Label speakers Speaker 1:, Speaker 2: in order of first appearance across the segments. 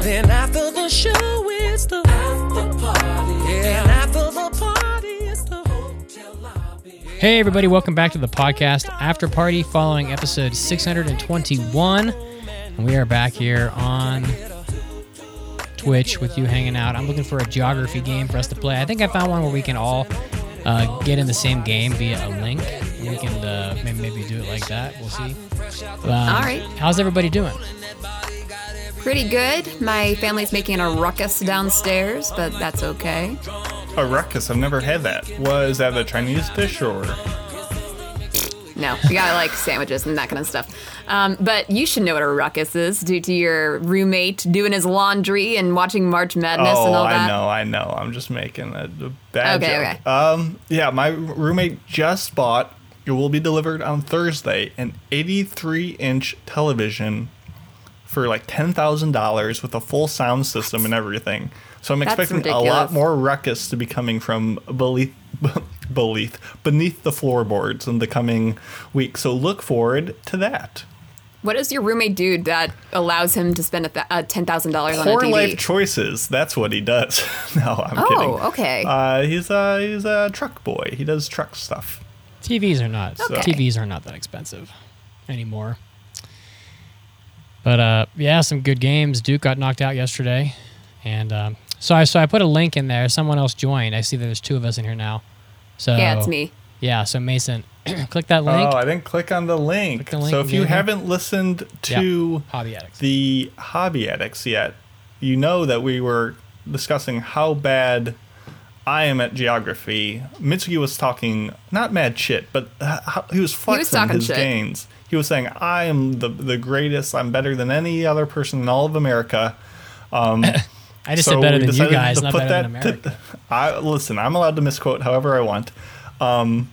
Speaker 1: Then after the show, it's the after party. Yeah. And after the party, it's the hotel lobby.
Speaker 2: Hey, everybody, welcome back to the podcast After Party following episode 621. And we are back here on Twitch with you hanging out. I'm looking for a geography game for us to play. I think I found one where we can all uh, get in the same game via a link. We can uh, maybe, maybe do it like that. We'll see. Um, all
Speaker 3: right.
Speaker 2: How's everybody doing?
Speaker 3: Pretty good. My family's making a ruckus downstairs, but that's okay.
Speaker 4: A ruckus. I've never had that. Was that a Chinese dish or?
Speaker 3: No, we got like sandwiches and that kind of stuff. Um, but you should know what a ruckus is due to your roommate doing his laundry and watching March Madness and
Speaker 4: Oh,
Speaker 3: all that.
Speaker 4: I know, I know. I'm just making a, a bad
Speaker 3: Okay,
Speaker 4: joke. Um, yeah, my roommate just bought. It will be delivered on Thursday. An 83 inch television for like ten thousand dollars with a full sound system and everything. So I'm
Speaker 3: That's
Speaker 4: expecting a
Speaker 3: ridiculous.
Speaker 4: lot more ruckus to be coming from beneath, beneath, beneath the floorboards in the coming week. So look forward to that.
Speaker 3: What does your roommate do that allows him to spend a th- uh, $10,000 on a
Speaker 4: Poor
Speaker 3: TV?
Speaker 4: life choices. That's what he does. no, I'm
Speaker 3: Oh,
Speaker 4: kidding.
Speaker 3: okay.
Speaker 4: Uh, he's a he's a truck boy. He does truck stuff.
Speaker 2: TVs are not.
Speaker 3: Okay.
Speaker 2: TVs are not that expensive anymore. But uh, yeah, some good games. Duke got knocked out yesterday, and um, so I so I put a link in there. Someone else joined. I see that there's two of us in here now. So
Speaker 3: yeah, it's me.
Speaker 2: Yeah, so Mason, click that link.
Speaker 4: Oh, I didn't click on the link.
Speaker 2: the link
Speaker 4: so
Speaker 2: and
Speaker 4: if
Speaker 2: get
Speaker 4: you
Speaker 2: in here.
Speaker 4: haven't listened
Speaker 2: Yeah,
Speaker 4: to
Speaker 2: Hobby Addicts.
Speaker 4: the hobby addicts yet, you know that we were discussing how bad I am at geography. Mitsuki was talking not mad shit, but h- how- he was flexing
Speaker 3: talking
Speaker 4: his
Speaker 3: shit.
Speaker 4: gains. He was saying, "I am the the greatest. I'm better than any other person in all of America."
Speaker 2: I just said better than you guys, not better than America.
Speaker 4: to- I listen. I'm allowed to misquote however I want. Um,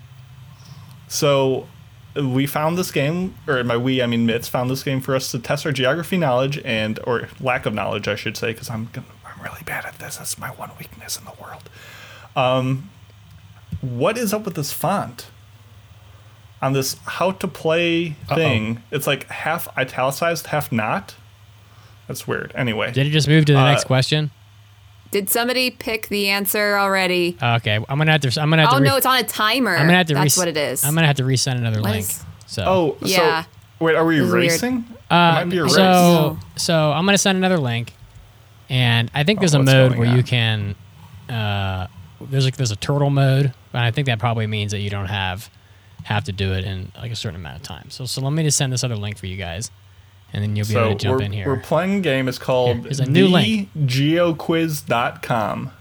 Speaker 4: so we found this game, or by we I mean Mitz found this game for us to test our geography knowledge and or lack of knowledge, I should say, because I'm gonna, I'm really bad at this. That's my one weakness in the world. Um, what is up with this font? On this how to play thing, it's like half italicized, half not. That's weird. Anyway,
Speaker 2: Did it just move to the
Speaker 4: uh,
Speaker 2: next question?
Speaker 3: Did somebody pick the answer already?
Speaker 2: Okay, I'm gonna have to. I'm gonna have
Speaker 3: Oh,
Speaker 2: to. re-
Speaker 3: no, it's on a timer.
Speaker 2: I'm gonna have to.
Speaker 3: That's
Speaker 2: res-
Speaker 3: what it is.
Speaker 2: I'm gonna have to resend another
Speaker 3: What
Speaker 2: link.
Speaker 3: is-
Speaker 2: So
Speaker 4: Oh,
Speaker 3: Yeah.
Speaker 4: So, wait, are we
Speaker 3: It was weird.
Speaker 4: racing?
Speaker 2: Uh,
Speaker 4: it might be a race.
Speaker 2: So,
Speaker 3: No.
Speaker 2: so I'm gonna send another link, and I think there's a
Speaker 4: Oh, what's
Speaker 2: mode
Speaker 4: going
Speaker 2: where you
Speaker 4: on?
Speaker 2: can. Uh, there's like there's a turtle mode, and I think that probably means that you don't have have to do it in like a certain amount of time. So, so let me just send this other link for you guys, and then you'll be
Speaker 4: so
Speaker 2: able to jump
Speaker 4: we're,
Speaker 2: in here.
Speaker 4: we're playing a game. It's
Speaker 2: Here,
Speaker 4: called
Speaker 2: here's a new link.
Speaker 4: thegeoquiz.com.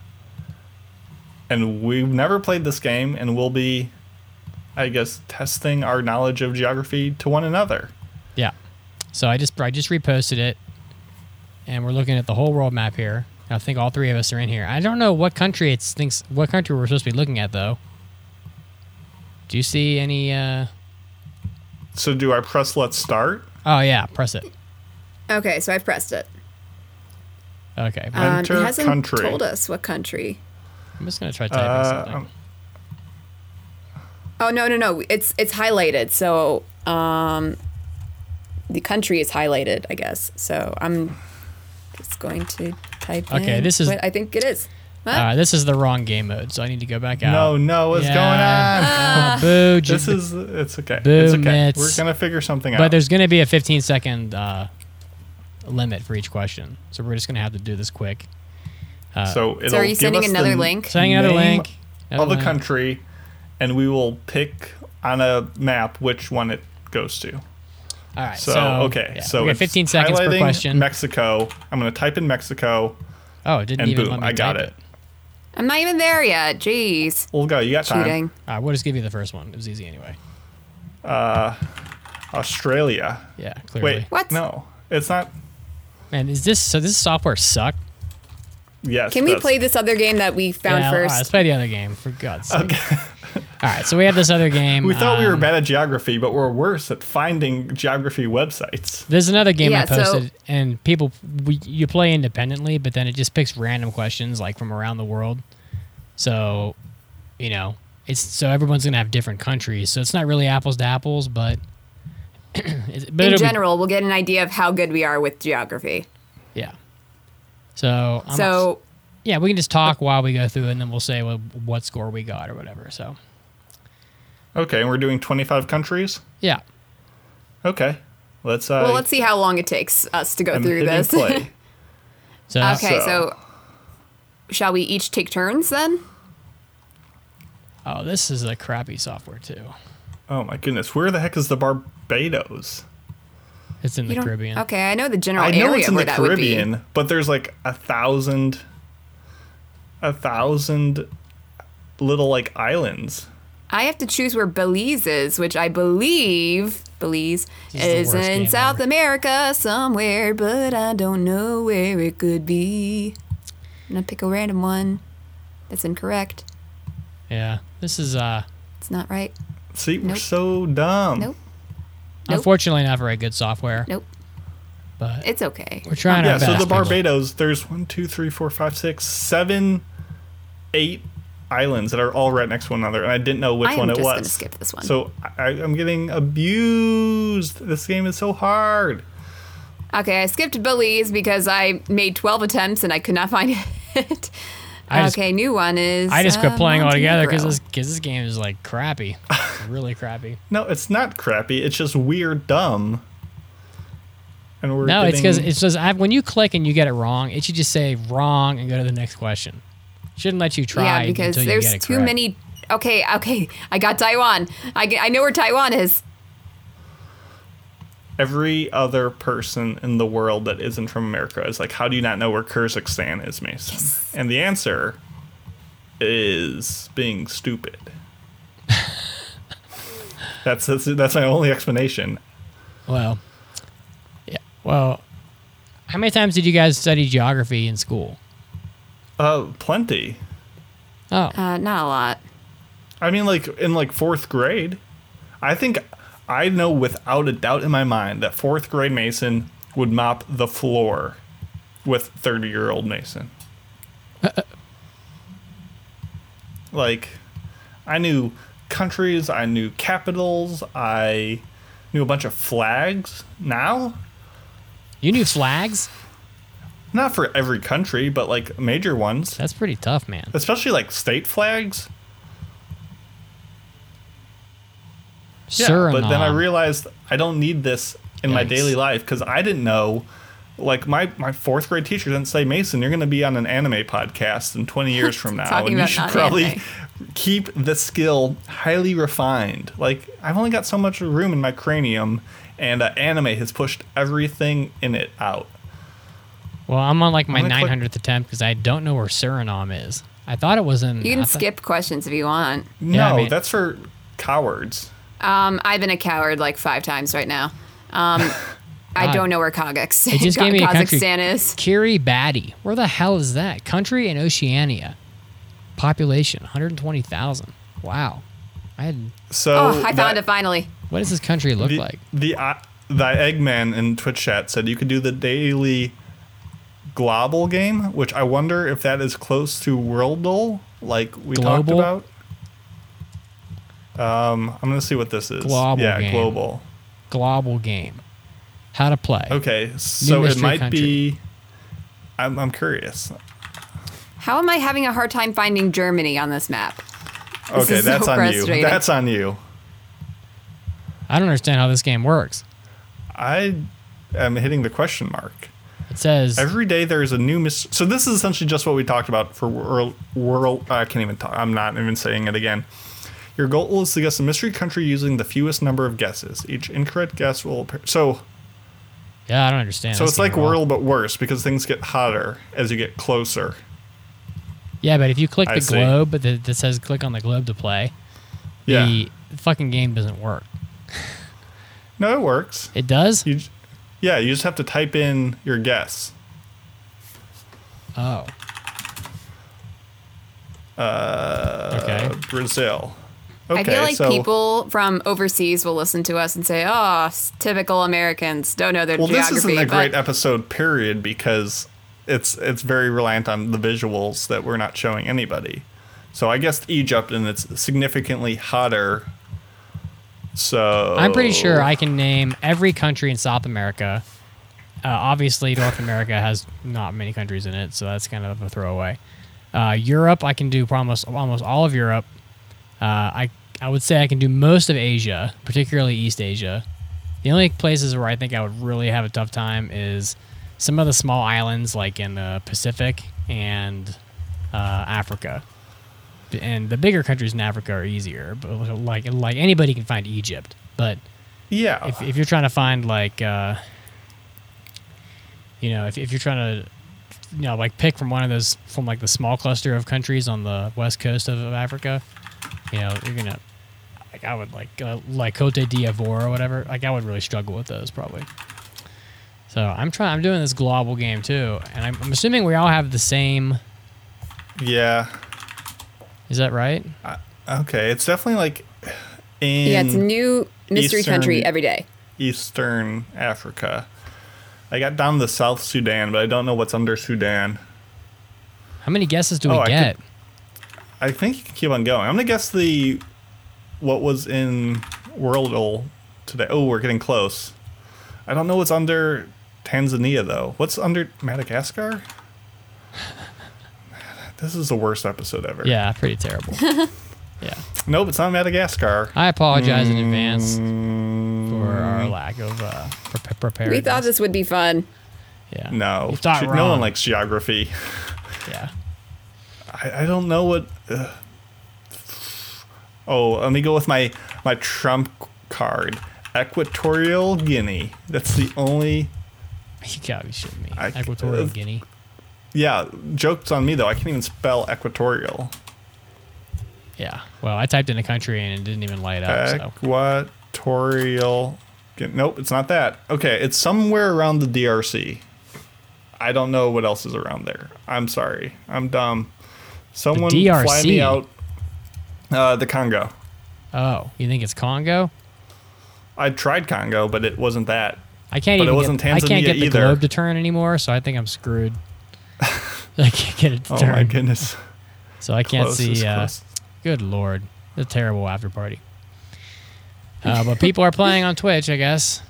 Speaker 4: And we've never played this game, and we'll be, I guess, testing our knowledge of geography to one another.
Speaker 2: yeah. So I just I just reposted it, and we're looking at the whole world map here. And I think all three of us are in here. I don't know what country it's thinks what country we're supposed to be looking at though. Do you see any? Uh,
Speaker 4: So, do I press let's start?
Speaker 2: oh yeah, press it.
Speaker 3: okay, so I've pressed it.
Speaker 2: Okay.
Speaker 3: Um, it
Speaker 4: Enter
Speaker 3: hasn't
Speaker 4: country.
Speaker 3: told us what country.
Speaker 2: I'm just gonna try typing
Speaker 4: Uh,
Speaker 2: something.
Speaker 4: um,
Speaker 3: Oh no no no! It's it's highlighted, so um, the country is highlighted, I guess. So I'm just going to type.
Speaker 2: Okay,
Speaker 3: in
Speaker 2: this is-
Speaker 3: what I think it is. Huh?
Speaker 2: Uh, this is the wrong game mode, so I need to go back out.
Speaker 4: no, no, what's
Speaker 2: Yeah.
Speaker 3: Uh,
Speaker 4: going on?
Speaker 2: Oh, boo! ju-
Speaker 4: this is, it's okay. It's
Speaker 2: Boom,
Speaker 4: okay.
Speaker 2: it's-
Speaker 4: We're going to figure something
Speaker 2: but
Speaker 4: out.
Speaker 2: there's gonna be a 15 second uh, limit for each question, so we're just gonna have to do this quick.
Speaker 4: so, it'll
Speaker 3: are you
Speaker 4: give
Speaker 3: sending
Speaker 4: us the
Speaker 3: another
Speaker 4: n-
Speaker 3: link?
Speaker 2: Sending another
Speaker 4: name
Speaker 2: link. another
Speaker 4: of the
Speaker 2: link.
Speaker 4: country, and we will pick on a map which one it goes to.
Speaker 2: All right.
Speaker 4: So,
Speaker 2: So,
Speaker 4: okay,
Speaker 2: yeah,
Speaker 4: so
Speaker 2: we got
Speaker 4: it's
Speaker 2: 15 seconds per
Speaker 4: highlighting
Speaker 2: question.
Speaker 4: Mexico. I'm gonna type in Mexico,
Speaker 2: oh, it didn't
Speaker 4: and
Speaker 2: even let
Speaker 4: boom,
Speaker 2: me
Speaker 4: I got
Speaker 2: type
Speaker 4: it.
Speaker 3: I'm not even there yet. Jeez,
Speaker 4: We'll go. You got time.
Speaker 3: cheating.
Speaker 2: All right, we'll just give you the first one. It was easy anyway.
Speaker 4: Australia.
Speaker 2: Yeah, clearly.
Speaker 4: Wait,
Speaker 3: What?
Speaker 4: No, it's not.
Speaker 2: Man, is this so? This software sucked.
Speaker 4: Yes.
Speaker 3: Can we
Speaker 4: that's-
Speaker 3: play this other game that we found
Speaker 2: Yeah, all right, let's
Speaker 3: first?
Speaker 2: play the other game for God's sake. All right, so we have this other game.
Speaker 4: We thought we were
Speaker 2: um,
Speaker 4: bad at geography, but we're worse at finding geography websites.
Speaker 2: There's another game I
Speaker 3: Yeah, so-
Speaker 2: posted, and people we, you play independently, but then it just picks random questions like from around the world. So, you know, it's so everyone's gonna have different countries, so it's not really apples to apples, but, it's- but
Speaker 3: In
Speaker 2: it'll be-
Speaker 3: general, we'll get an idea of how good we are with geography.
Speaker 2: yeah. So I'm
Speaker 3: So
Speaker 2: yeah, we can just talk while we go through, it, and then we'll say well, what score we got or whatever. So
Speaker 4: Okay, and we're doing 25 countries.
Speaker 2: yeah,
Speaker 4: Okay, let's. Uh,
Speaker 3: well, let's see how long it takes us to go
Speaker 4: I'm
Speaker 3: through
Speaker 4: hitting
Speaker 3: this.
Speaker 4: Play.
Speaker 2: so
Speaker 3: okay,
Speaker 4: So-
Speaker 3: so. shall we each take turns then?
Speaker 2: oh, this is a crappy software too.
Speaker 4: oh my goodness, where the heck is the Barbados?
Speaker 2: It's in the
Speaker 3: You don't-
Speaker 2: Caribbean.
Speaker 3: Okay, I know the general
Speaker 4: I know
Speaker 3: area
Speaker 4: it's in
Speaker 3: where
Speaker 4: the
Speaker 3: that would
Speaker 4: Caribbean, but there's like a thousand, a thousand little like islands.
Speaker 3: be. I have to choose where Belize is, which I believe Belize
Speaker 2: This is the
Speaker 3: is,
Speaker 2: worst
Speaker 3: in
Speaker 2: game
Speaker 3: South
Speaker 2: ever.
Speaker 3: America somewhere, but I don't know where it could be. I'm gonna pick a random one. That's incorrect.
Speaker 2: Yeah, this is uh
Speaker 3: It's not right.
Speaker 4: See, we're
Speaker 3: Nope.
Speaker 4: so dumb.
Speaker 3: Nope. Nope.
Speaker 2: unfortunately not very good software,
Speaker 3: Nope.
Speaker 2: but
Speaker 3: It's okay.
Speaker 2: we're trying
Speaker 4: Yeah,
Speaker 2: our
Speaker 4: so
Speaker 2: best.
Speaker 4: the
Speaker 2: people.
Speaker 4: Barbados, there's one, two, three, four, five, six, seven, eight islands that are all right next to one another, and I didn't know which
Speaker 3: I am
Speaker 4: one it
Speaker 3: just
Speaker 4: was.
Speaker 3: gonna skip this one.
Speaker 4: So I, I'm getting abused. This game is so hard.
Speaker 3: Okay, I skipped Belize because I made 12 attempts and I could not find it.
Speaker 2: I just-
Speaker 3: okay, new one is.
Speaker 2: I just quit
Speaker 3: uh,
Speaker 2: playing altogether because
Speaker 3: Montenegro.
Speaker 2: this, 'cause this game is like crappy, really crappy.
Speaker 4: No, it's not crappy. It's just weird, dumb. And we're
Speaker 2: No, it's because
Speaker 4: getting-
Speaker 2: it's just I, when you click and you get it wrong, it should just say wrong and go to the next question. Shouldn't let you try.
Speaker 3: Yeah, because
Speaker 2: until you
Speaker 3: there's
Speaker 2: get it
Speaker 3: too
Speaker 2: correct.
Speaker 3: many. Okay, okay, I got Taiwan. I, get- I know where Taiwan is.
Speaker 4: every other person in the world that isn't from America is like, how do you not know where Kyrgyzstan is, Mason? And the answer is being stupid. that's, that's that's my only explanation.
Speaker 2: Well, yeah. Well, how many times did you guys study geography in school?
Speaker 4: Uh, plenty.
Speaker 2: Oh,
Speaker 3: Uh, not a lot.
Speaker 4: I mean, like in like fourth grade, I think I know without a doubt in my mind that fourth grade Mason would mop the floor with thirty year old Mason. like, I knew countries, I knew capitals, I knew a bunch of flags. Now,
Speaker 2: you knew flags.
Speaker 4: not for every country, but like major ones,
Speaker 2: That's pretty tough, man.
Speaker 4: especially like state flags.
Speaker 2: Suriname.
Speaker 4: but then I realized I don't need this in my
Speaker 2: Yikes.
Speaker 4: daily life because I didn't know. Like my, my fourth grade teacher didn't say, Mason, you're going to be on an anime podcast in 20 years from now,
Speaker 3: Talking
Speaker 4: and you
Speaker 3: about
Speaker 4: should
Speaker 3: not
Speaker 4: probably
Speaker 3: anime.
Speaker 4: keep the skill highly refined. Like I've only got so much room in my cranium, and uh, anime has pushed everything in it out.
Speaker 2: well, I'm on like my
Speaker 4: gonna click-
Speaker 2: 900th attempt because I don't know where Suriname is. I thought it was in.
Speaker 3: You can
Speaker 2: I thought-
Speaker 3: skip questions if you want.
Speaker 4: No,
Speaker 2: I mean-
Speaker 4: that's for cowards.
Speaker 3: Um, I've been a coward like five times right now. Um, I
Speaker 2: God.
Speaker 3: don't know where Kazakhstan,
Speaker 2: It just gave me a country.
Speaker 3: Kazakhstan is.
Speaker 2: Kiribati. Where the hell is that? Country in Oceania. Population 120,000. Wow. I had.
Speaker 4: So
Speaker 3: Oh, I
Speaker 4: that-
Speaker 3: found it finally.
Speaker 2: What does this country look
Speaker 4: the,
Speaker 2: like?
Speaker 4: the uh, the Eggman in Twitch chat said you could do the daily global game, which I wonder if that is close to Worldle, like we talked
Speaker 2: Global?
Speaker 4: about. Um, I'm gonna see what this is.
Speaker 2: Global
Speaker 4: yeah,
Speaker 2: game.
Speaker 4: global.
Speaker 2: Global game. How to play.
Speaker 4: Okay, so it
Speaker 2: mystery
Speaker 4: might
Speaker 2: country.
Speaker 4: be. I'm, I'm curious.
Speaker 3: How am I having a hard time finding Germany on this map? This
Speaker 4: Okay,
Speaker 3: is so
Speaker 4: that's on you.
Speaker 3: frustrating.
Speaker 4: That's on you.
Speaker 2: I don't understand how this game works.
Speaker 4: I am hitting the question mark.
Speaker 2: It says
Speaker 4: Every day there is a new mis. So this is essentially just what we talked about for world. World. I can't even talk. I'm not even saying it again. Your goal is to guess a mystery country using the fewest number of guesses. Each incorrect guess will appear. So
Speaker 2: Yeah, I don't understand.
Speaker 4: so
Speaker 2: this
Speaker 4: it's
Speaker 2: game
Speaker 4: like
Speaker 2: at all.
Speaker 4: World, but worse because things get hotter as you get closer.
Speaker 2: Yeah, but if you click
Speaker 4: I
Speaker 2: the
Speaker 4: see.
Speaker 2: globe but that that says click on the globe to play,
Speaker 4: Yeah.
Speaker 2: the fucking game doesn't work.
Speaker 4: No, it works.
Speaker 2: It does?
Speaker 4: You. j- Yeah, you just have to type in your guess.
Speaker 2: Oh. Uh, okay.
Speaker 4: Uh, Brazil.
Speaker 3: I feel like
Speaker 4: so-
Speaker 3: people from overseas will listen to us and say, "Oh, s- typical Americans don't know their
Speaker 4: Well,
Speaker 3: geography."
Speaker 4: this isn't a
Speaker 3: but
Speaker 4: great episode, period, because it's it's very reliant on the visuals that we're not showing anybody. So I guessed Egypt, and it's significantly hotter. So
Speaker 2: I'm pretty sure I can name every country in South America Uh, obviously, North America has not many countries in it, so that's kind of a throwaway. Uh, Europe, I can do almost almost all of Europe. Uh, I I would say I can do most of Asia, particularly East Asia. The only places where I think I would really have a tough time is some of the small islands, like in the Pacific and uh, Africa. And the bigger countries in Africa are easier, but like like anybody can find Egypt. But
Speaker 4: Yeah.
Speaker 2: if, if you're trying to find like uh, you know if, if you're trying to you know like pick from one of those from like the small cluster of countries on the west coast of, of africa you know you're gonna like i would like uh, like cote d'ivoire or whatever like i would really struggle with those probably so i'm trying i'm doing this global game too and i'm, I'm assuming we all have the same
Speaker 4: yeah.
Speaker 2: is that right
Speaker 4: Okay. It's definitely like in
Speaker 5: Yeah, it's a new mystery
Speaker 4: Eastern-
Speaker 5: country every day.
Speaker 4: Eastern Africa. I got down to South Sudan, but I don't know what's under Sudan.
Speaker 2: how many guesses do we
Speaker 4: Oh, I could-
Speaker 2: get
Speaker 4: I think you can keep on going. I'm gonna guess the what was in Worldle today. Oh, we're getting close. I don't know what's under Tanzania though. What's under Madagascar? This is the worst episode ever.
Speaker 2: yeah pretty terrible yeah
Speaker 4: Nope, it's not Madagascar.
Speaker 2: I apologize in advance
Speaker 4: Mm.
Speaker 2: for our lack of uh, pre- preparedness.
Speaker 5: We thought this would be fun.
Speaker 2: yeah.
Speaker 4: No,
Speaker 2: you thought
Speaker 4: Ge-
Speaker 2: wrong.
Speaker 4: no one likes geography.
Speaker 2: Yeah,
Speaker 4: I, I don't know what. Uh, oh, let me go with my my trump card. Equatorial Guinea. That's the only.
Speaker 2: you gotta be shitting me.
Speaker 4: I-
Speaker 2: Equatorial
Speaker 4: uh,
Speaker 2: Guinea.
Speaker 4: Yeah, jokes on me though. I can't even spell equatorial.
Speaker 2: Yeah. Well, I typed in a country and it didn't even light up. Oh, So
Speaker 4: Equatorial. Gu- Nope, it's not that. Okay, it's somewhere around the DRC. I don't know what else is around there. I'm sorry. I'm dumb. Someone fly
Speaker 2: DRC?
Speaker 4: me out. Uh, the Congo.
Speaker 2: oh, you think it's Congo?
Speaker 4: I tried Congo, but it wasn't that.
Speaker 2: I can't
Speaker 4: But it
Speaker 2: even.
Speaker 4: wasn't
Speaker 2: get, I can't
Speaker 4: Tanzania
Speaker 2: get the
Speaker 4: either.
Speaker 2: globe to turn anymore, so I think I'm screwed. I can't get it to
Speaker 4: Oh
Speaker 2: turn,
Speaker 4: my goodness.
Speaker 2: so I can't
Speaker 4: Close is
Speaker 2: see. Uh,
Speaker 4: close.
Speaker 2: good lord, a terrible after party. Uh, but people are playing on Twitch, I guess.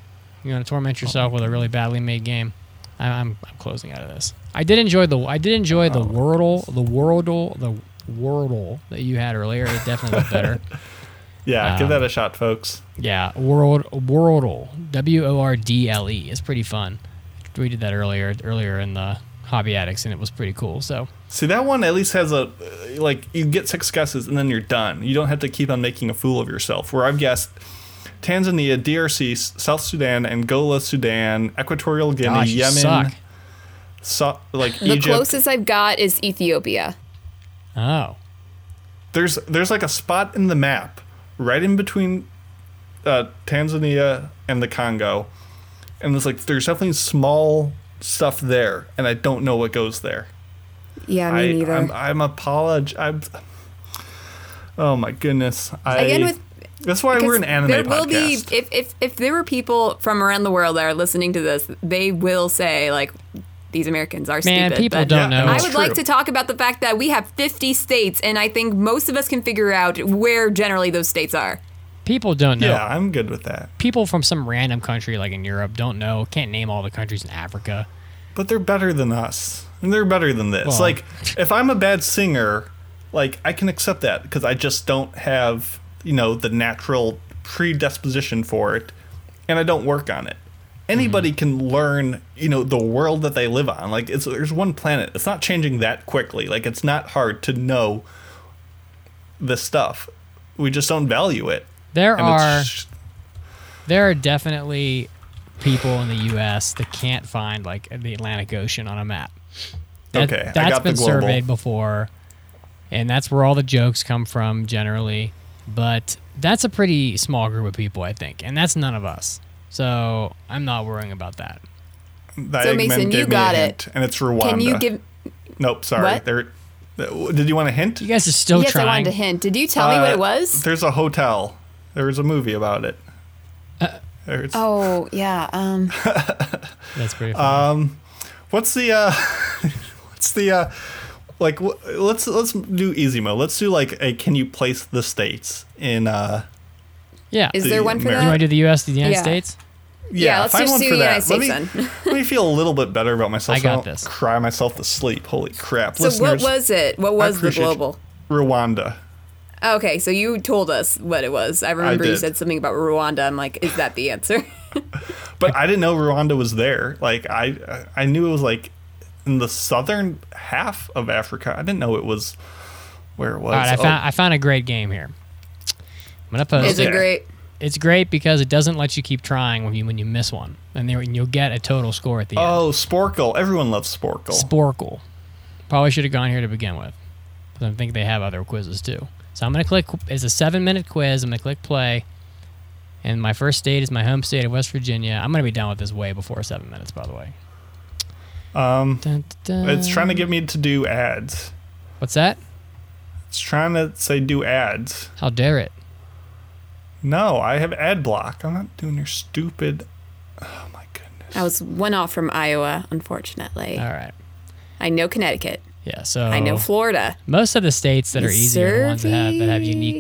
Speaker 2: You're gonna torment yourself with a really badly made game. I, I'm, I'm closing out of this. I did enjoy the I did enjoy the Wordle the Wordle the Wordle that you had earlier. It definitely looked better.
Speaker 4: Yeah,
Speaker 2: Um,
Speaker 4: give that a shot, folks.
Speaker 2: Yeah, World Wordle W O R D L E. It's pretty fun. We did that earlier earlier in the Hobby Addicts, and it was pretty cool. So
Speaker 4: See, that one at least has a uh, like you get six guesses and then you're done. You don't have to keep on making a fool of yourself. Where I've guessed Tanzania, DRC, S- South Sudan, Angola, Sudan, Equatorial Guinea,
Speaker 2: gosh, you
Speaker 4: Yemen,
Speaker 2: suck.
Speaker 4: so, like
Speaker 5: The
Speaker 4: Egypt.
Speaker 5: closest I've got is Ethiopia.
Speaker 2: Oh,
Speaker 4: There's there's like a spot in the map right in between uh, Tanzania and the Congo, and it's like there's definitely small stuff there, and I don't know what goes there.
Speaker 5: Yeah, me
Speaker 4: I,
Speaker 5: neither.
Speaker 4: I'm, I'm apolog. I'm. Oh my goodness! I,
Speaker 5: Again with-
Speaker 4: that's why we're an
Speaker 5: Because
Speaker 4: anime
Speaker 5: there will
Speaker 4: podcast.
Speaker 3: be if, if if there were people from around the world that are listening to this, they will say like these Americans are
Speaker 2: Man,
Speaker 3: stupid.
Speaker 2: people
Speaker 3: but
Speaker 2: don't
Speaker 4: Yeah,
Speaker 2: know.
Speaker 3: I
Speaker 4: it's
Speaker 3: would
Speaker 4: true.
Speaker 3: like to talk about the fact that we have 50 states, and I think most of us can figure out where generally those states are.
Speaker 2: people don't know.
Speaker 4: Yeah, I'm good with that.
Speaker 2: people from some random country like in Europe don't know, can't name all the countries in Africa.
Speaker 4: But they're better than us, and they're better than this.
Speaker 2: Well-
Speaker 4: like, if I'm a bad singer, like I can accept that because I just don't have you know the natural predisposition for it, and I don't work on it. Anybody
Speaker 2: Mm-hmm.
Speaker 4: can learn, you know, the world that they live on. Like, it's there's one planet. It's not changing that quickly. Like, it's not hard to know this stuff. We just don't value it.
Speaker 2: There
Speaker 4: And
Speaker 2: are
Speaker 4: it's,
Speaker 2: there are definitely people in the US that can't find like the Atlantic Ocean on a map. That,
Speaker 4: Okay, I
Speaker 2: that's
Speaker 4: got the
Speaker 2: been
Speaker 4: global.
Speaker 2: surveyed before and that's where all the jokes come from generally, but that's a pretty small group of people I think, and that's none of us. So, I'm not worrying about that.
Speaker 4: that
Speaker 5: So,
Speaker 4: Eggman
Speaker 5: Mason, you
Speaker 4: gave me a
Speaker 5: got it.
Speaker 4: hint, and it's Rwanda.
Speaker 5: Can you give?
Speaker 4: Nope, sorry.
Speaker 5: What?
Speaker 4: There. Did you want a hint?
Speaker 2: You guys are still
Speaker 5: yes, I
Speaker 2: trying.
Speaker 5: wanted a hint. Did you tell me what
Speaker 4: Uh,
Speaker 5: it was?
Speaker 4: There's a hotel. There was a movie about it.
Speaker 2: Uh,
Speaker 4: There it's-
Speaker 5: Oh yeah. Um,
Speaker 2: That's pretty
Speaker 4: Um,
Speaker 2: funny.
Speaker 4: What's the uh what's the uh like wh- let's let's do easy mode. Let's do like a can you place the states in uh
Speaker 2: yeah.
Speaker 5: is
Speaker 2: you
Speaker 5: there one for
Speaker 4: America.
Speaker 2: want to
Speaker 5: that?
Speaker 2: do the US, the United
Speaker 5: Yeah.
Speaker 2: States?
Speaker 3: Yeah, let's
Speaker 4: find
Speaker 3: just
Speaker 4: one
Speaker 3: do
Speaker 4: for
Speaker 3: the
Speaker 4: that.
Speaker 3: United
Speaker 4: let
Speaker 3: States
Speaker 4: me, let me feel a little bit better about myself.
Speaker 2: I
Speaker 3: I
Speaker 4: so I
Speaker 2: got
Speaker 4: don't
Speaker 2: this.
Speaker 4: Cry myself to sleep. Holy crap!
Speaker 6: So
Speaker 4: Listeners,
Speaker 6: what was it? What was the
Speaker 4: appreciate you.
Speaker 6: global?
Speaker 4: Rwanda?
Speaker 6: Okay, so you told us what it was. I remember you
Speaker 4: did.
Speaker 6: said something about Rwanda. I'm like, is that the answer?
Speaker 4: But I didn't know Rwanda was there. Like I, I knew it was like in the southern half of Africa. I didn't know it was where it was.
Speaker 2: All right, I
Speaker 4: Oh,
Speaker 2: found I found a great game here. I'm gonna post
Speaker 6: Is
Speaker 2: it.
Speaker 6: it great?
Speaker 2: It's great because it doesn't let you keep trying when you when you miss one, and there and you'll get a total score at the end.
Speaker 4: oh, Sporkle. Everyone loves Sporkle.
Speaker 2: Sporkle. Probably should have gone here to begin with. 'cause I think they have other quizzes too. So I'm gonna click. It's a seven minute quiz. I'm gonna click play. And my first state is my home state of West Virginia. I'm gonna be done with this way before seven minutes, by the way.
Speaker 4: um,
Speaker 2: Dun, dun, dun.
Speaker 4: it's trying to get me to do ads.
Speaker 2: What's that?
Speaker 4: It's trying to say do ads.
Speaker 2: How dare it?
Speaker 4: No, I have ad block. I'm not doing your stupid. Oh my goodness.
Speaker 3: I was one off from Iowa, unfortunately.
Speaker 2: All right.
Speaker 3: I know Connecticut.
Speaker 2: Yeah. So
Speaker 3: I know Florida.
Speaker 2: most of the states that are easy are the ones that have, that have unique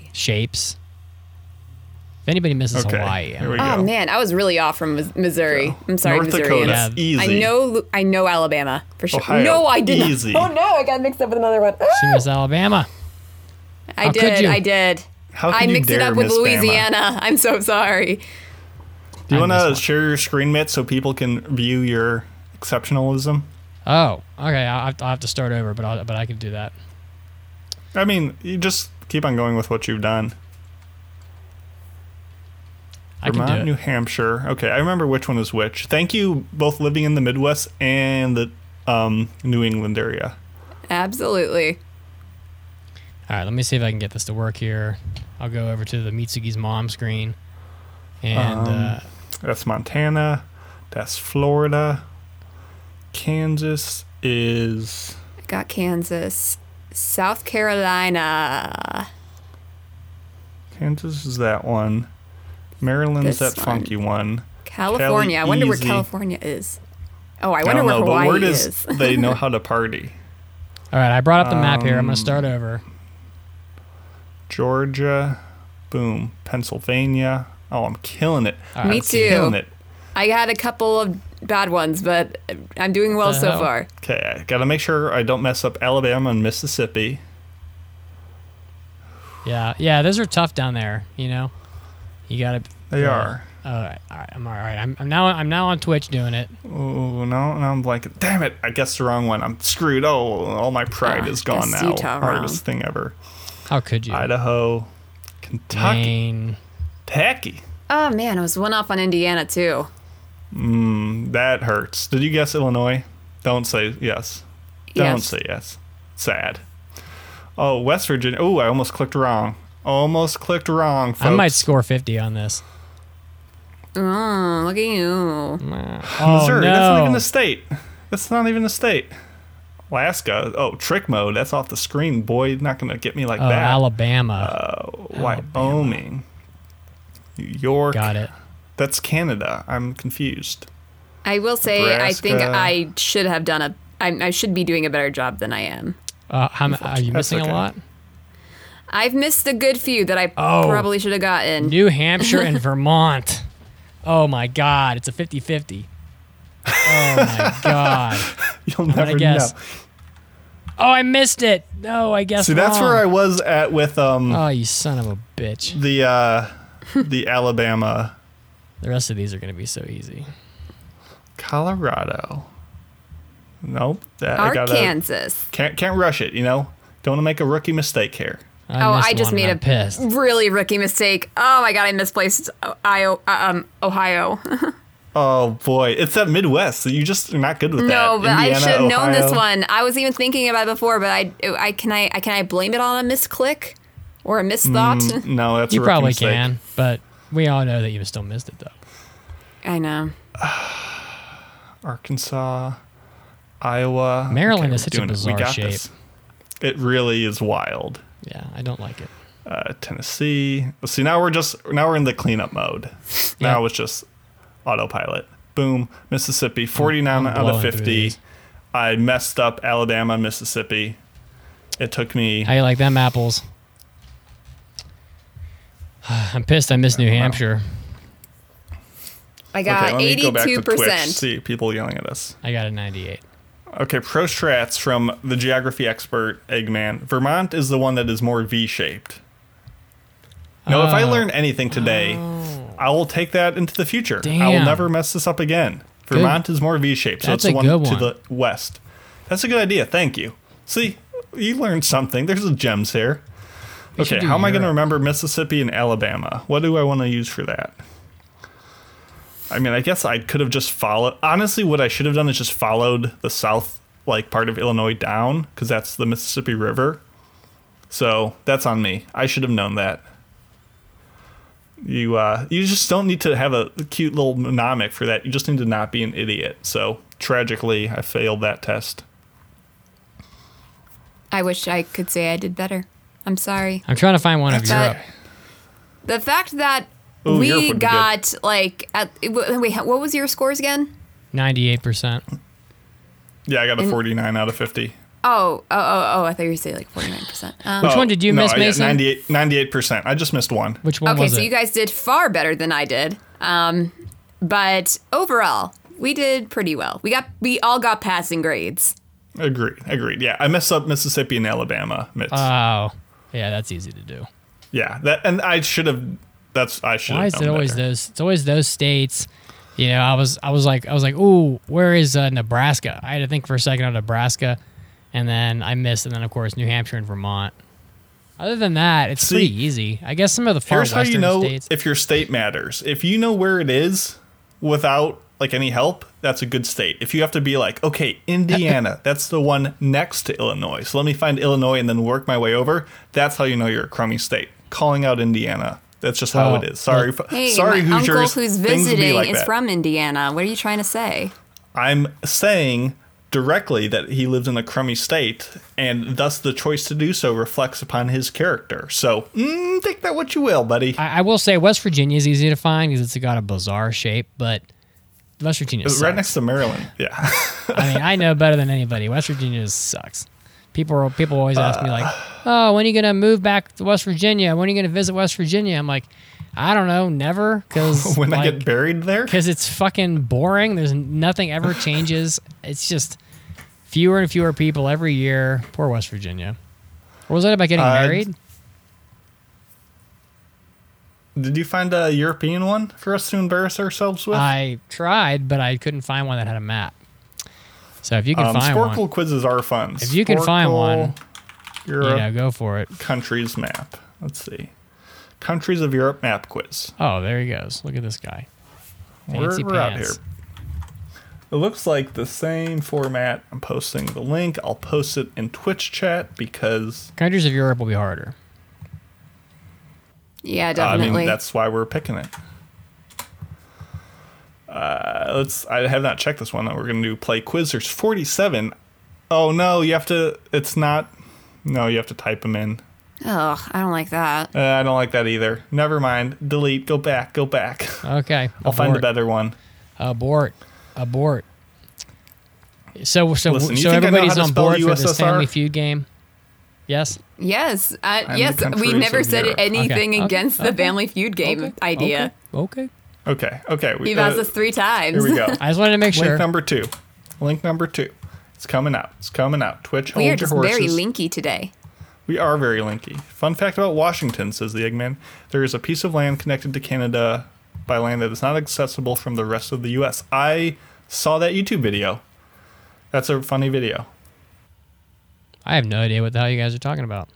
Speaker 3: Missouri.
Speaker 2: shapes. If anybody misses
Speaker 4: Okay.
Speaker 2: Hawaii, uh,
Speaker 4: Here
Speaker 2: I'm-
Speaker 4: we go.
Speaker 3: Oh man, I was really off from Mis- Missouri. I'm sorry,
Speaker 4: North
Speaker 3: Missouri.
Speaker 4: Dakota.
Speaker 2: Yeah.
Speaker 4: Easy.
Speaker 3: I know, Lu- I know Alabama for sure.
Speaker 4: Ohio.
Speaker 3: No, I did. not.
Speaker 4: Easy.
Speaker 3: Oh no, I got mixed up with another one.
Speaker 2: she missed Alabama.
Speaker 3: I
Speaker 2: How could
Speaker 3: did.
Speaker 2: you?
Speaker 3: I did.
Speaker 4: How could
Speaker 3: I
Speaker 4: you
Speaker 3: mixed it
Speaker 4: dare
Speaker 3: up with
Speaker 4: miss Bama?
Speaker 3: Louisiana. I'm so sorry.
Speaker 4: Do you
Speaker 2: I
Speaker 4: want
Speaker 2: missed
Speaker 4: to
Speaker 2: one.
Speaker 4: share your screen, Mitt, so people can view your exceptionalism?
Speaker 2: Oh, okay. I'll, I'll have to start over, but I'll, but I can do that.
Speaker 4: I mean, you just keep on going with what you've done.
Speaker 2: I can
Speaker 4: Vermont,
Speaker 2: do it.
Speaker 4: New Hampshire. Okay, I remember which one is which. Thank you, both living in the Midwest and the um, New England area.
Speaker 6: Absolutely.
Speaker 2: All right, let me see if I can get this to work here. I'll go over to the Mitsugi's mom screen, and
Speaker 4: Um,
Speaker 2: uh,
Speaker 4: That's Montana. That's Florida. Kansas is.
Speaker 3: I got Kansas, South Carolina.
Speaker 4: Kansas is that one. Maryland's
Speaker 3: This
Speaker 4: that funky one.
Speaker 3: California. I wonder where
Speaker 4: easy.
Speaker 3: California is. Oh, I
Speaker 4: I
Speaker 3: wonder
Speaker 4: don't
Speaker 3: where
Speaker 4: know,
Speaker 3: Hawaii
Speaker 4: but word
Speaker 3: is.
Speaker 4: is, they know how to party.
Speaker 2: all right, I brought up the map here. I'm gonna start
Speaker 4: um,
Speaker 2: over.
Speaker 4: Georgia, boom. Pennsylvania. Oh, I'm killing it.
Speaker 2: All right,
Speaker 3: Me
Speaker 2: let's see.
Speaker 3: too.
Speaker 4: Killing it.
Speaker 3: I had a couple of bad ones, but I'm doing well
Speaker 2: The
Speaker 3: so
Speaker 2: hell?
Speaker 3: far.
Speaker 4: Okay, I gotta make sure I don't mess up Alabama and Mississippi.
Speaker 2: Yeah, yeah, those are tough down there. You know, you gotta.
Speaker 4: They
Speaker 2: yeah.
Speaker 4: are.
Speaker 2: All right, all right. I'm all right. I'm, I'm now. I'm now on Twitch doing it.
Speaker 4: Oh no, no, I'm blanking. Damn it! I guessed the wrong one. I'm screwed. Oh, all my pride
Speaker 3: Ah,
Speaker 4: is gone
Speaker 3: guessed
Speaker 4: now.
Speaker 3: Utah wrong.
Speaker 4: Hardest thing ever.
Speaker 2: How could you?
Speaker 4: Idaho, Kentucky,
Speaker 2: Maine.
Speaker 4: Tacky.
Speaker 3: Oh man, I was one off on Indiana too.
Speaker 4: Hmm, That hurts. Did you guess Illinois? Don't say yes. Don't
Speaker 3: Yes.
Speaker 4: say yes. Sad. Oh, West Virginia. Oh, I almost clicked wrong. Almost clicked wrong, folks.
Speaker 2: I might score 50 on this.
Speaker 3: Oh, look at you.
Speaker 2: Oh, no.
Speaker 4: Missouri. That's not even a state. That's not even a state. Alaska. Oh, trick mode. That's off the screen, boy. Not gonna get me like
Speaker 2: Oh,
Speaker 4: that.
Speaker 2: Alabama.
Speaker 4: Uh, Wyoming. New York.
Speaker 2: Got it.
Speaker 4: That's Canada. I'm confused.
Speaker 3: I will say, I think I
Speaker 4: Nebraska.
Speaker 3: should have done a. I, I should be doing a better job than I am.
Speaker 2: Uh, how, m- are you
Speaker 4: That's
Speaker 2: missing
Speaker 4: okay.
Speaker 2: a lot?
Speaker 3: I've missed a good few that I
Speaker 2: Oh.
Speaker 3: probably should have gotten.
Speaker 2: New Hampshire and Vermont. Oh my God, it's a 50 50. Oh my God.
Speaker 4: You'll
Speaker 2: gonna
Speaker 4: never
Speaker 2: guess.
Speaker 4: know.
Speaker 2: Oh, I missed it. No, I guess
Speaker 4: See, that's
Speaker 2: wrong.
Speaker 4: where I was at with um
Speaker 2: Oh, you son of a bitch.
Speaker 4: the uh the Alabama,
Speaker 2: The rest of these are going to be so easy.
Speaker 4: Colorado. Nope. That I gotta
Speaker 3: Arkansas.
Speaker 4: can't can't rush it. You know, don't want to make a rookie mistake here.
Speaker 2: I
Speaker 3: oh,
Speaker 2: missed
Speaker 3: I just
Speaker 2: one and
Speaker 3: made
Speaker 2: I'm
Speaker 3: a
Speaker 2: pissed.
Speaker 3: really rookie mistake. Oh my god, I misplaced Ohio. uh, Um, Ohio.
Speaker 4: Oh boy, it's that Midwest. You just are not good with that.
Speaker 3: no, but I
Speaker 4: Indiana,
Speaker 3: should have known this
Speaker 4: Ohio.
Speaker 3: one. I was even thinking about it before, but I, I can I, I can I blame it on a misclick or a misthought.
Speaker 4: Mm, No, that's a
Speaker 2: You
Speaker 4: rookie
Speaker 2: probably
Speaker 4: mistake.
Speaker 2: can, but we all know that you still missed it, though.
Speaker 3: I know.
Speaker 4: Arkansas, Iowa.
Speaker 2: Maryland is
Speaker 4: we're
Speaker 2: such a
Speaker 4: doing it. We
Speaker 2: bizarre
Speaker 4: got
Speaker 2: shape.
Speaker 4: this. It really is wild.
Speaker 2: Yeah, I don't like it.
Speaker 4: Uh, Tennessee. See, now we're just now we're in the cleanup mode. Now it's just autopilot. Boom. Mississippi, 49
Speaker 2: I'm
Speaker 4: out of
Speaker 2: blowing through
Speaker 4: 50.
Speaker 2: these.
Speaker 4: I messed up Alabama, Mississippi. It took me.
Speaker 2: How you like them apples? I'm pissed I missed New Hampshire.
Speaker 5: I got
Speaker 4: let me go back to
Speaker 5: eighty-two
Speaker 4: Twitch,
Speaker 5: percent.
Speaker 4: See people yelling at us.
Speaker 2: I got a 98.
Speaker 4: Okay, pro strats from the geography expert Eggman. Vermont is the one that is more V-shaped. Now, if I
Speaker 2: Oh.
Speaker 4: learn anything today, I will take that into the future. I
Speaker 2: Damn.
Speaker 4: will never mess this up again.
Speaker 2: Good.
Speaker 4: Vermont is more V-shaped, so
Speaker 2: That's
Speaker 4: it's the
Speaker 2: a
Speaker 4: one
Speaker 2: good
Speaker 4: to
Speaker 2: one.
Speaker 4: the west. That's a good idea. Thank you. See, you learned something. There's the gems here.
Speaker 2: should
Speaker 4: Okay,
Speaker 2: do
Speaker 4: how am I going to
Speaker 2: Europe.
Speaker 4: remember Mississippi and Alabama? What do I want to use for that? I mean, I guess I could have just followed. Honestly, what I should have done is just followed the south, like part of Illinois down, because that's the Mississippi River. So that's on me. I should have known that. You uh, you just don't need to have a cute little mnemonic for that. You just need to not be an idiot. So tragically, I failed that test.
Speaker 5: I wish I could say I did better. I'm sorry.
Speaker 2: I'm trying to find one of
Speaker 5: That's-
Speaker 2: Europe.
Speaker 5: The fact that
Speaker 4: Ooh, Europe
Speaker 5: we
Speaker 4: would be
Speaker 5: got like at w- wait, what was your scores again?
Speaker 2: 98%.
Speaker 4: Yeah, I got a 49 out of 50.
Speaker 5: Oh, oh, oh, oh! I thought you were saying like forty-nine percent. Um,
Speaker 2: Which one did
Speaker 4: Oh,
Speaker 2: you miss, Mason?
Speaker 4: 98 percent. I just missed one.
Speaker 2: Which one
Speaker 5: okay,
Speaker 2: was
Speaker 5: so
Speaker 2: it?
Speaker 5: you guys did far better than I did. Um, but overall, we did pretty well. We got we all got passing grades.
Speaker 4: Agreed. Agreed. Yeah, I messed up Mississippi and Alabama. Mitts.
Speaker 2: oh. Yeah, that's easy to do.
Speaker 4: yeah, that and I should have. That's I should.
Speaker 2: Why
Speaker 4: have
Speaker 2: is it
Speaker 4: known
Speaker 2: always
Speaker 4: better.
Speaker 2: those? It's always those states. You know, I was I was like I was like, ooh, where is uh, Nebraska? I had to think for a second on Nebraska, and then I missed, and then of course New Hampshire and Vermont. Other than that, it's
Speaker 4: See,
Speaker 2: pretty easy. I guess some of the far
Speaker 4: Here's how
Speaker 2: western
Speaker 4: you know
Speaker 2: states.
Speaker 4: if your state matters. If you know where it is without like any help, that's a good state. If you have to be like, okay, Indiana, that's the one next to Illinois. So let me find Illinois and then work my way over. That's how you know you're a crummy state. Calling out Indiana. That's just how
Speaker 2: Well,
Speaker 4: it is. Sorry, f-
Speaker 5: Hey,
Speaker 4: sorry,
Speaker 5: my
Speaker 4: Hoosiers.
Speaker 5: uncle who's
Speaker 4: Things will be
Speaker 5: visiting
Speaker 4: like
Speaker 5: is
Speaker 4: that.
Speaker 5: from Indiana. What are you trying to say?
Speaker 4: I'm saying directly that he lives in a crummy state, and thus the choice to do so reflects upon his character. So mm, take that what you will, buddy.
Speaker 2: I, I will say West Virginia is easy to find because it's got a bizarre shape, but West Virginia
Speaker 4: It's
Speaker 2: sucks.
Speaker 4: right next to Maryland. Yeah.
Speaker 2: I mean, I know better than anybody. West Virginia just sucks. People are, people always ask me
Speaker 4: Uh.
Speaker 2: like, "Oh, when are you gonna move back to West Virginia? When are you gonna visit West Virginia?" I'm like, I don't know, never, because
Speaker 4: when I get buried there,
Speaker 2: because it's fucking boring. There's nothing ever changes. It's just fewer and fewer people every year. Poor West Virginia. What was that about getting
Speaker 4: Uh,
Speaker 2: married?
Speaker 4: did you find a European one for us to embarrass ourselves with?
Speaker 2: I tried, but I couldn't find one that had a map. So if you can
Speaker 4: um,
Speaker 2: find
Speaker 4: Sporkle
Speaker 2: one,
Speaker 4: quizzes are fun.
Speaker 2: If you can find one,
Speaker 4: Europe
Speaker 2: you know, go for it.
Speaker 4: countries map. Let's see. Countries of Europe map quiz.
Speaker 2: Oh, there he goes. Look at this guy.
Speaker 4: We're,
Speaker 2: Fancy
Speaker 4: we're out here.
Speaker 2: pants.
Speaker 4: It looks like the same format. I'm posting the link. I'll post it in Twitch chat because
Speaker 2: Countries of Europe will be harder.
Speaker 5: Yeah,
Speaker 4: uh, I
Speaker 5: definitely.
Speaker 4: mean that's why we're picking it. Uh, let's. I have not checked this one. Though. We're gonna do play quiz. There's 47. Oh no, you have to. It's not. No, you have to type them in.
Speaker 5: Ugh, I don't like that.
Speaker 4: Uh, I don't like that either. Never mind. Delete. Go back. Go back.
Speaker 2: Okay.
Speaker 4: I'll find a
Speaker 2: abort.
Speaker 4: better one.
Speaker 2: Abort. Abort. So so
Speaker 4: Listen, you
Speaker 2: so
Speaker 4: think I know how
Speaker 2: everybody's
Speaker 4: to
Speaker 2: on
Speaker 4: spell
Speaker 2: board for this
Speaker 4: USSR?
Speaker 2: Family Feud game. Yes.
Speaker 5: Yes, uh,
Speaker 4: the
Speaker 5: yes, we
Speaker 4: countries
Speaker 5: never
Speaker 4: of
Speaker 5: said
Speaker 4: Europe.
Speaker 5: anything
Speaker 2: Okay, okay,
Speaker 5: against the Family Feud game idea.
Speaker 2: Okay. okay.
Speaker 4: Okay. Okay. We,
Speaker 5: You've
Speaker 4: uh,
Speaker 5: asked us three times.
Speaker 4: Here we go.
Speaker 2: I just wanted to make
Speaker 4: Link
Speaker 2: sure.
Speaker 4: number two. Link number two. It's coming out. It's coming out. Twitch,
Speaker 5: we
Speaker 4: hold
Speaker 5: are
Speaker 4: your
Speaker 5: just
Speaker 4: horses.
Speaker 5: very linky today.
Speaker 4: We are very linky. Fun fact about Washington, says the Eggman. There is a piece of land connected to Canada by land that is not accessible from the rest of the U.S. I saw that YouTube video. That's a funny video.
Speaker 2: I have no idea what the hell you guys are talking about.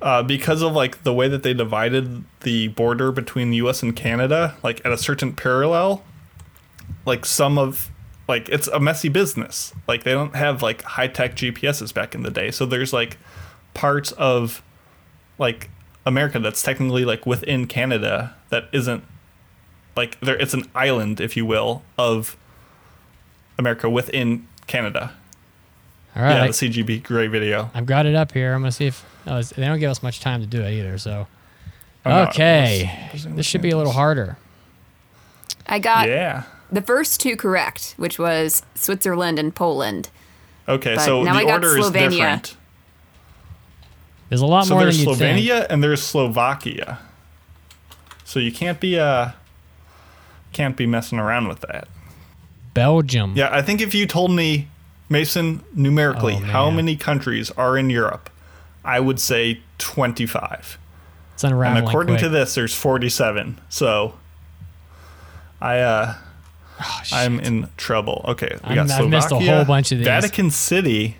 Speaker 4: Uh, because of like the way that they divided the border between the U.S. and Canada, like at a certain parallel, like some of like it's a messy business. Like they don't have like high tech GPSs back in the day, so there's like parts of like America that's technically like within Canada that isn't like there. It's an island, if you will, of America within Canada.
Speaker 2: All right.
Speaker 4: yeah, the CGB Grey video.
Speaker 2: I've got it up here. I'm gonna see if oh, it's- they don't give us much time to do it either. So
Speaker 4: Oh, no, it was-
Speaker 2: okay,
Speaker 4: it was in
Speaker 2: this should be a little
Speaker 4: Canada's-
Speaker 2: harder.
Speaker 5: I got
Speaker 4: Yeah.
Speaker 5: the first two correct, which was Switzerland and Poland.
Speaker 4: Okay,
Speaker 5: But
Speaker 4: so
Speaker 5: now
Speaker 4: the
Speaker 5: I got
Speaker 4: order is
Speaker 5: Slovenia.
Speaker 4: different.
Speaker 2: There's a lot
Speaker 4: So
Speaker 2: more than
Speaker 4: there's
Speaker 2: you think.
Speaker 4: Slovenia and there's Slovakia. So you can't be a uh, can't be messing around with that.
Speaker 2: Belgium.
Speaker 4: Yeah, I think if you told me, Mason, numerically,
Speaker 2: Oh,
Speaker 4: how
Speaker 2: man.
Speaker 4: many countries are in Europe, I would say 25.
Speaker 2: It's unraveling.
Speaker 4: and according
Speaker 2: quick.
Speaker 4: to this, there's 47. So I uh,
Speaker 2: Oh,
Speaker 4: I'm in trouble. Okay, we got
Speaker 2: I'm- I've missed a
Speaker 4: Slovakia,
Speaker 2: whole bunch of these.
Speaker 4: Vatican City.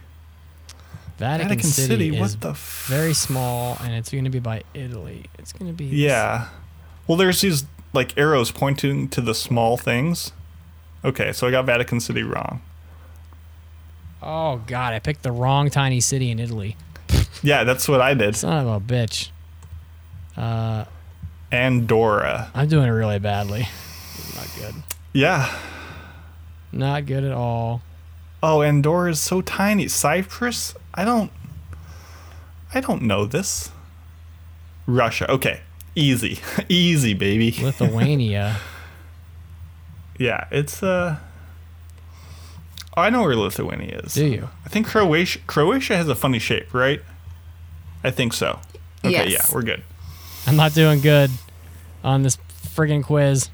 Speaker 2: Vatican,
Speaker 4: Vatican
Speaker 2: City,
Speaker 4: City.
Speaker 2: is
Speaker 4: What the f-
Speaker 2: very small, and it's going to be by Italy. It's going to be
Speaker 4: Yeah. Well, there's these like arrows pointing to the small things. Okay, so I got Vatican City wrong.
Speaker 2: Oh God, I picked the wrong tiny city in Italy.
Speaker 4: Yeah, that's what I did.
Speaker 2: Son of a bitch. Uh,
Speaker 4: Andorra.
Speaker 2: I'm doing it really badly. Not good.
Speaker 4: Yeah.
Speaker 2: Not good at all.
Speaker 4: Oh, Andorra is so tiny. Cyprus? I don't I don't know this. Russia. Okay. Easy. Easy, baby.
Speaker 2: Lithuania.
Speaker 4: Yeah, it's uh oh, I know where Lithuania is.
Speaker 2: Do you?
Speaker 4: I think Croatia Croatia has a funny shape, right? I think so. Okay,
Speaker 3: Yes.
Speaker 4: yeah, we're good.
Speaker 2: I'm not doing good on this friggin' quiz.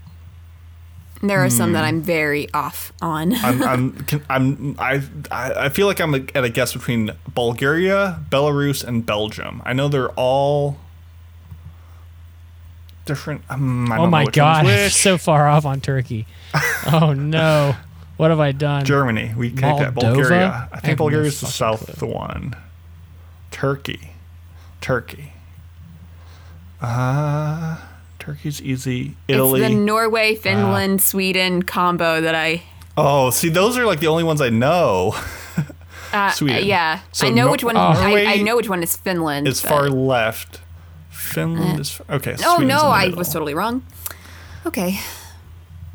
Speaker 3: There are some that
Speaker 4: Hmm.
Speaker 3: I'm very off on.
Speaker 4: I'm I'm can, I'm I I I feel like I'm at a guess between Bulgaria, Belarus, and Belgium. I know they're all different. Um, I
Speaker 2: Oh
Speaker 4: don't know
Speaker 2: my
Speaker 4: which one's
Speaker 2: God, I'm
Speaker 4: which.
Speaker 2: so far off on Turkey. Oh no, what have I done?
Speaker 4: Germany. We kicked that
Speaker 2: Moldova?
Speaker 4: Bulgaria.
Speaker 2: I
Speaker 4: I
Speaker 2: have no
Speaker 4: think Bulgaria's the
Speaker 2: fucking
Speaker 4: south one. Turkey, Turkey. Uh Turkey's easy. Italy. Ah.
Speaker 3: It's the Norway, Finland, Sweden combo that I.
Speaker 4: oh, see, those are like the only ones I know.
Speaker 3: Uh,
Speaker 4: Sweden.
Speaker 3: Yeah,
Speaker 4: So
Speaker 3: I know
Speaker 4: Nor- Ah.
Speaker 3: which one.
Speaker 4: Norway
Speaker 3: I, I know which one is Finland.
Speaker 4: It's
Speaker 3: but-
Speaker 4: far left. Finland is okay.
Speaker 3: Oh
Speaker 4: Sweden's
Speaker 3: no,
Speaker 4: in the
Speaker 3: I
Speaker 4: middle.
Speaker 3: was totally wrong.
Speaker 2: Hmm.
Speaker 3: Okay,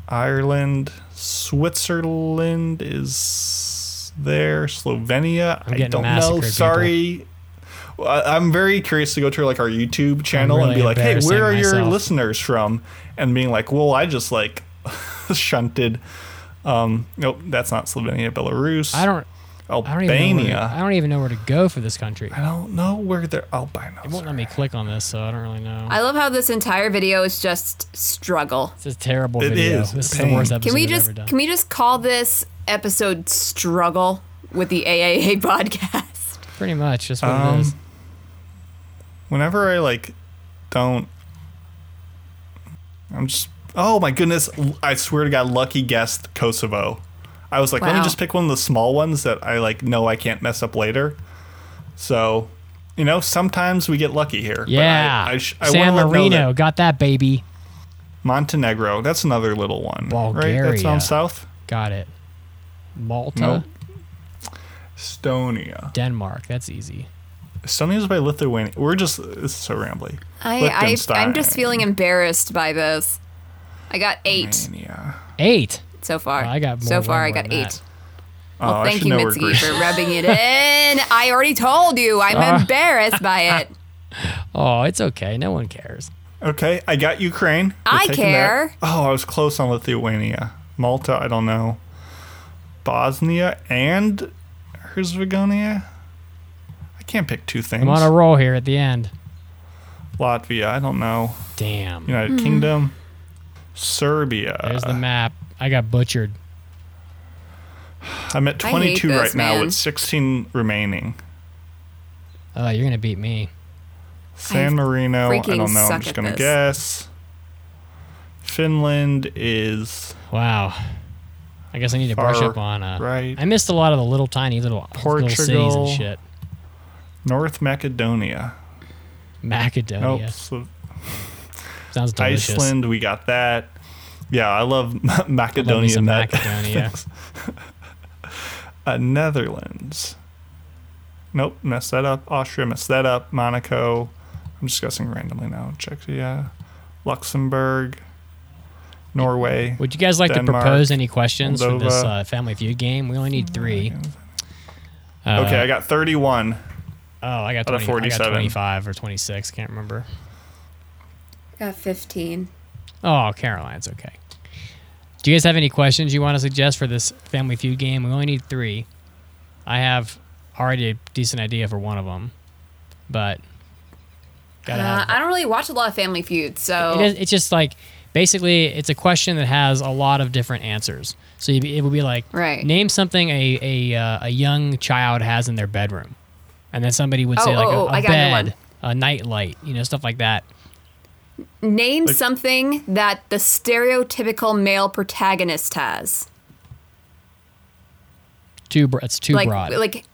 Speaker 4: Ireland, Switzerland is there. Slovenia,
Speaker 2: I'm
Speaker 4: I
Speaker 2: getting
Speaker 4: don't know.
Speaker 2: massacred, people.
Speaker 4: Sorry. Well, I- I'm very curious to go to like our YouTube channel and
Speaker 2: really
Speaker 4: be like, "Hey, where are
Speaker 2: embarrassing
Speaker 4: your
Speaker 2: myself.
Speaker 4: listeners from?" And being like, "Well, I just like shunted." Um, nope, that's not Slovenia, Belarus.
Speaker 2: I don't. I don't even. Know where, I
Speaker 4: Albania.
Speaker 2: don't even know where to go for this country.
Speaker 4: I don't know where they're albinos.
Speaker 2: It won't let me click on this, so I don't really know.
Speaker 3: I love how this entire video is just struggle.
Speaker 2: This is a terrible
Speaker 4: It
Speaker 2: video.
Speaker 4: is.
Speaker 2: This is the
Speaker 4: Pain.
Speaker 2: worst episode
Speaker 3: Can we
Speaker 2: we've
Speaker 3: just
Speaker 2: ever done.
Speaker 3: can we just call this episode "Struggle" with the AAA podcast?
Speaker 2: Pretty much, just what it
Speaker 4: Um,
Speaker 2: is.
Speaker 4: whenever I like don't I'm just oh my goodness, l- I swear to god lucky guessed Kosovo. I was like, let me
Speaker 3: Wow.
Speaker 4: just pick one of the small ones that I like know I can't mess up later. So, you know, sometimes we get lucky here. but I-
Speaker 2: Yeah,
Speaker 4: I, sh- I
Speaker 2: San
Speaker 4: wanna let know
Speaker 2: Marino
Speaker 4: that
Speaker 2: got that baby.
Speaker 4: Montenegro, that's another little one. Right? That
Speaker 2: Bulgaria.
Speaker 4: sounds south.
Speaker 2: Got it. Malta,
Speaker 4: Nope. Estonia.
Speaker 2: Denmark. That's easy.
Speaker 4: Estonia's by Lithuania. We're just this is so rambly.
Speaker 3: I, I I'm just
Speaker 4: Liechtenstein.
Speaker 3: feeling embarrassed by this. I got eight
Speaker 4: Romania.
Speaker 2: Eight.
Speaker 3: so far.
Speaker 2: I got more,
Speaker 3: so far.
Speaker 2: way
Speaker 3: I
Speaker 2: more
Speaker 3: got
Speaker 2: than
Speaker 3: eight.
Speaker 2: that.
Speaker 4: Oh,
Speaker 3: Well,
Speaker 4: I
Speaker 3: thank
Speaker 4: should
Speaker 3: you,
Speaker 4: know where
Speaker 3: Mitsuki,
Speaker 4: Greece
Speaker 3: for rubbing it in. I already told you I'm
Speaker 2: Ah.
Speaker 3: embarrassed by it.
Speaker 2: Oh, it's okay. No one cares.
Speaker 4: Okay, I got Ukraine. We're
Speaker 3: I
Speaker 4: taking that.
Speaker 3: care.
Speaker 4: Oh, I was close on Lithuania. Malta, I don't know. Bosnia and Herzegovina? I can't pick two things.
Speaker 2: I'm on a roll here at the end.
Speaker 4: Latvia, I don't know.
Speaker 2: Damn.
Speaker 4: United
Speaker 3: Hmm.
Speaker 4: Kingdom. Serbia.
Speaker 2: There's the map. I got butchered.
Speaker 4: I'm at
Speaker 3: I hate
Speaker 4: 22
Speaker 3: this,
Speaker 4: right now
Speaker 3: man.
Speaker 4: with 16 remaining.
Speaker 2: Oh, you're gonna beat me.
Speaker 4: San Marino, I
Speaker 3: freaking
Speaker 4: don't know.
Speaker 3: suck
Speaker 4: I'm just
Speaker 3: at
Speaker 4: going to
Speaker 3: this.
Speaker 4: guess. Finland is
Speaker 2: Wow. I guess I need to brush
Speaker 4: Far
Speaker 2: up on. Uh,
Speaker 4: right.
Speaker 2: I missed a lot of the little tiny little little cities and
Speaker 4: Portugal.
Speaker 2: shit.
Speaker 4: North Macedonia. Nope.
Speaker 2: Macedonia
Speaker 4: Slo-
Speaker 2: sounds delicious.
Speaker 4: Iceland, we got that. Yeah, I love
Speaker 2: I love me
Speaker 4: Macedonia.
Speaker 2: some
Speaker 4: nut.
Speaker 2: Macedonia.
Speaker 4: Uh, Netherlands. Nope, messed that up. Austria, messed that up. Monaco. I'm just guessing randomly now. Czechia, Luxembourg, Norway.
Speaker 2: Would you guys like
Speaker 4: Denmark,
Speaker 2: to propose any questions for this
Speaker 4: Moldova.
Speaker 2: uh, Family Feud game? We only need three. Uh,
Speaker 4: Okay, I got 31.
Speaker 2: Oh, I got,
Speaker 4: Out of
Speaker 2: 20, I got
Speaker 4: 47.
Speaker 2: 25 or 26. Can't remember.
Speaker 3: Got fifteen.
Speaker 2: Oh, Caroline's okay. Do you guys have any questions you want to suggest for this Family Feud game? We only need three. I have already a decent idea for one of them, but gotta
Speaker 3: Uh,
Speaker 2: have.
Speaker 3: I don't really watch a lot of Family Feud, so
Speaker 2: It is, it's just like basically it's a question that has a lot of different answers. So you'd be- it would be like,
Speaker 3: Right.
Speaker 2: name something a a, uh, a young child has in their bedroom, and then somebody would say
Speaker 3: Oh,
Speaker 2: like
Speaker 3: oh, oh,
Speaker 2: a,
Speaker 3: I
Speaker 2: a
Speaker 3: got a new one.
Speaker 2: bed, a night light, you know, stuff like that.
Speaker 3: Name something that the stereotypical male protagonist has.
Speaker 2: Too bro- it's too
Speaker 3: Like
Speaker 2: broad.
Speaker 3: like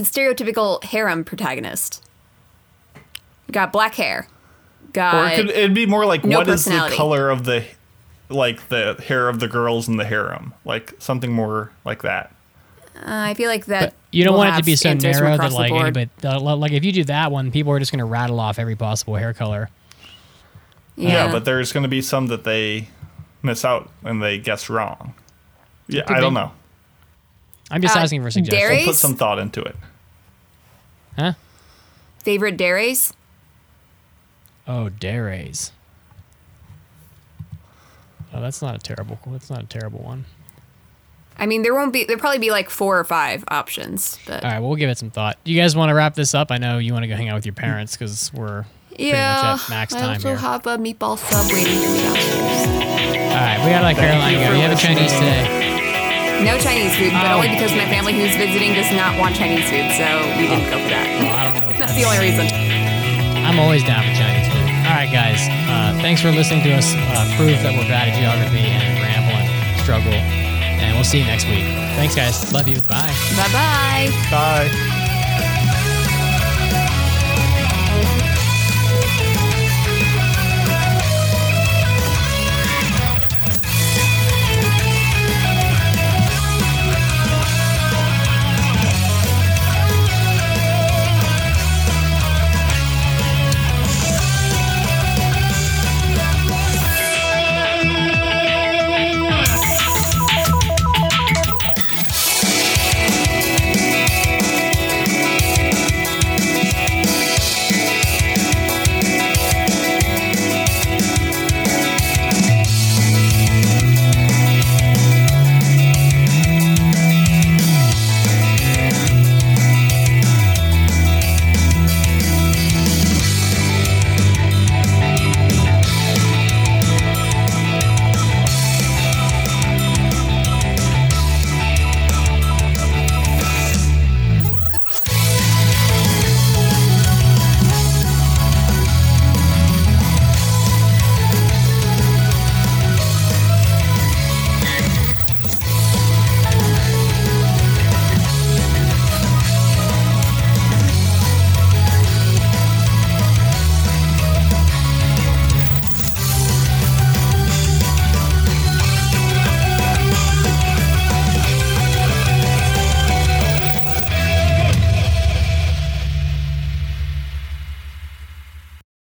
Speaker 3: stereotypical harem protagonist. Got black hair.
Speaker 4: Or
Speaker 3: Got
Speaker 4: it could, it'd be more like
Speaker 3: no
Speaker 4: what is the
Speaker 3: personality.
Speaker 4: color of the like the hair of the girls in the harem, like something more like that.
Speaker 3: uh, I feel like that.
Speaker 2: But you don't
Speaker 3: will
Speaker 2: want it to
Speaker 3: have
Speaker 2: be so
Speaker 3: answers from
Speaker 2: narrow that
Speaker 3: across the
Speaker 2: like
Speaker 3: board.
Speaker 2: anybody, uh, li- like if you do that one, people are just going to rattle off every possible hair color.
Speaker 4: Yeah, but there's going to be some that they miss out and they guess wrong. Yeah,
Speaker 2: could
Speaker 4: I don't
Speaker 2: be.
Speaker 4: know.
Speaker 2: I'm just
Speaker 3: Uh,
Speaker 2: asking for suggestions.
Speaker 3: dairy?
Speaker 4: Put some thought into it.
Speaker 2: Huh?
Speaker 3: favorite dairies.
Speaker 2: Oh, dairies. Oh, that's not a terrible. That's not a terrible one.
Speaker 3: I mean, there won't be. There'll probably be like four or five options. But
Speaker 2: All right, we'll give it some thought. Do you guys want to wrap this up? I know you want to go hang out with your parents because we're pretty
Speaker 3: yeah,
Speaker 2: much at max
Speaker 3: I
Speaker 2: time
Speaker 3: also
Speaker 2: here.
Speaker 3: have a meatball sub waiting for me downstairs.
Speaker 2: All right, we gotta let Caroline go. You have a Chinese today.
Speaker 3: No Chinese food, but
Speaker 2: Oh.
Speaker 3: only because my family who's visiting does not want Chinese food, so we didn't go for
Speaker 2: Oh,
Speaker 3: that.
Speaker 2: I don't know.
Speaker 3: That's the only reason.
Speaker 2: I'm always down for Chinese food. All right, guys. Uh, thanks for listening to us uh, prove that we're bad at geography and ramble and struggle. And we'll see you next week. Thanks, guys. Love you. Bye.
Speaker 3: Bye bye.
Speaker 4: Bye.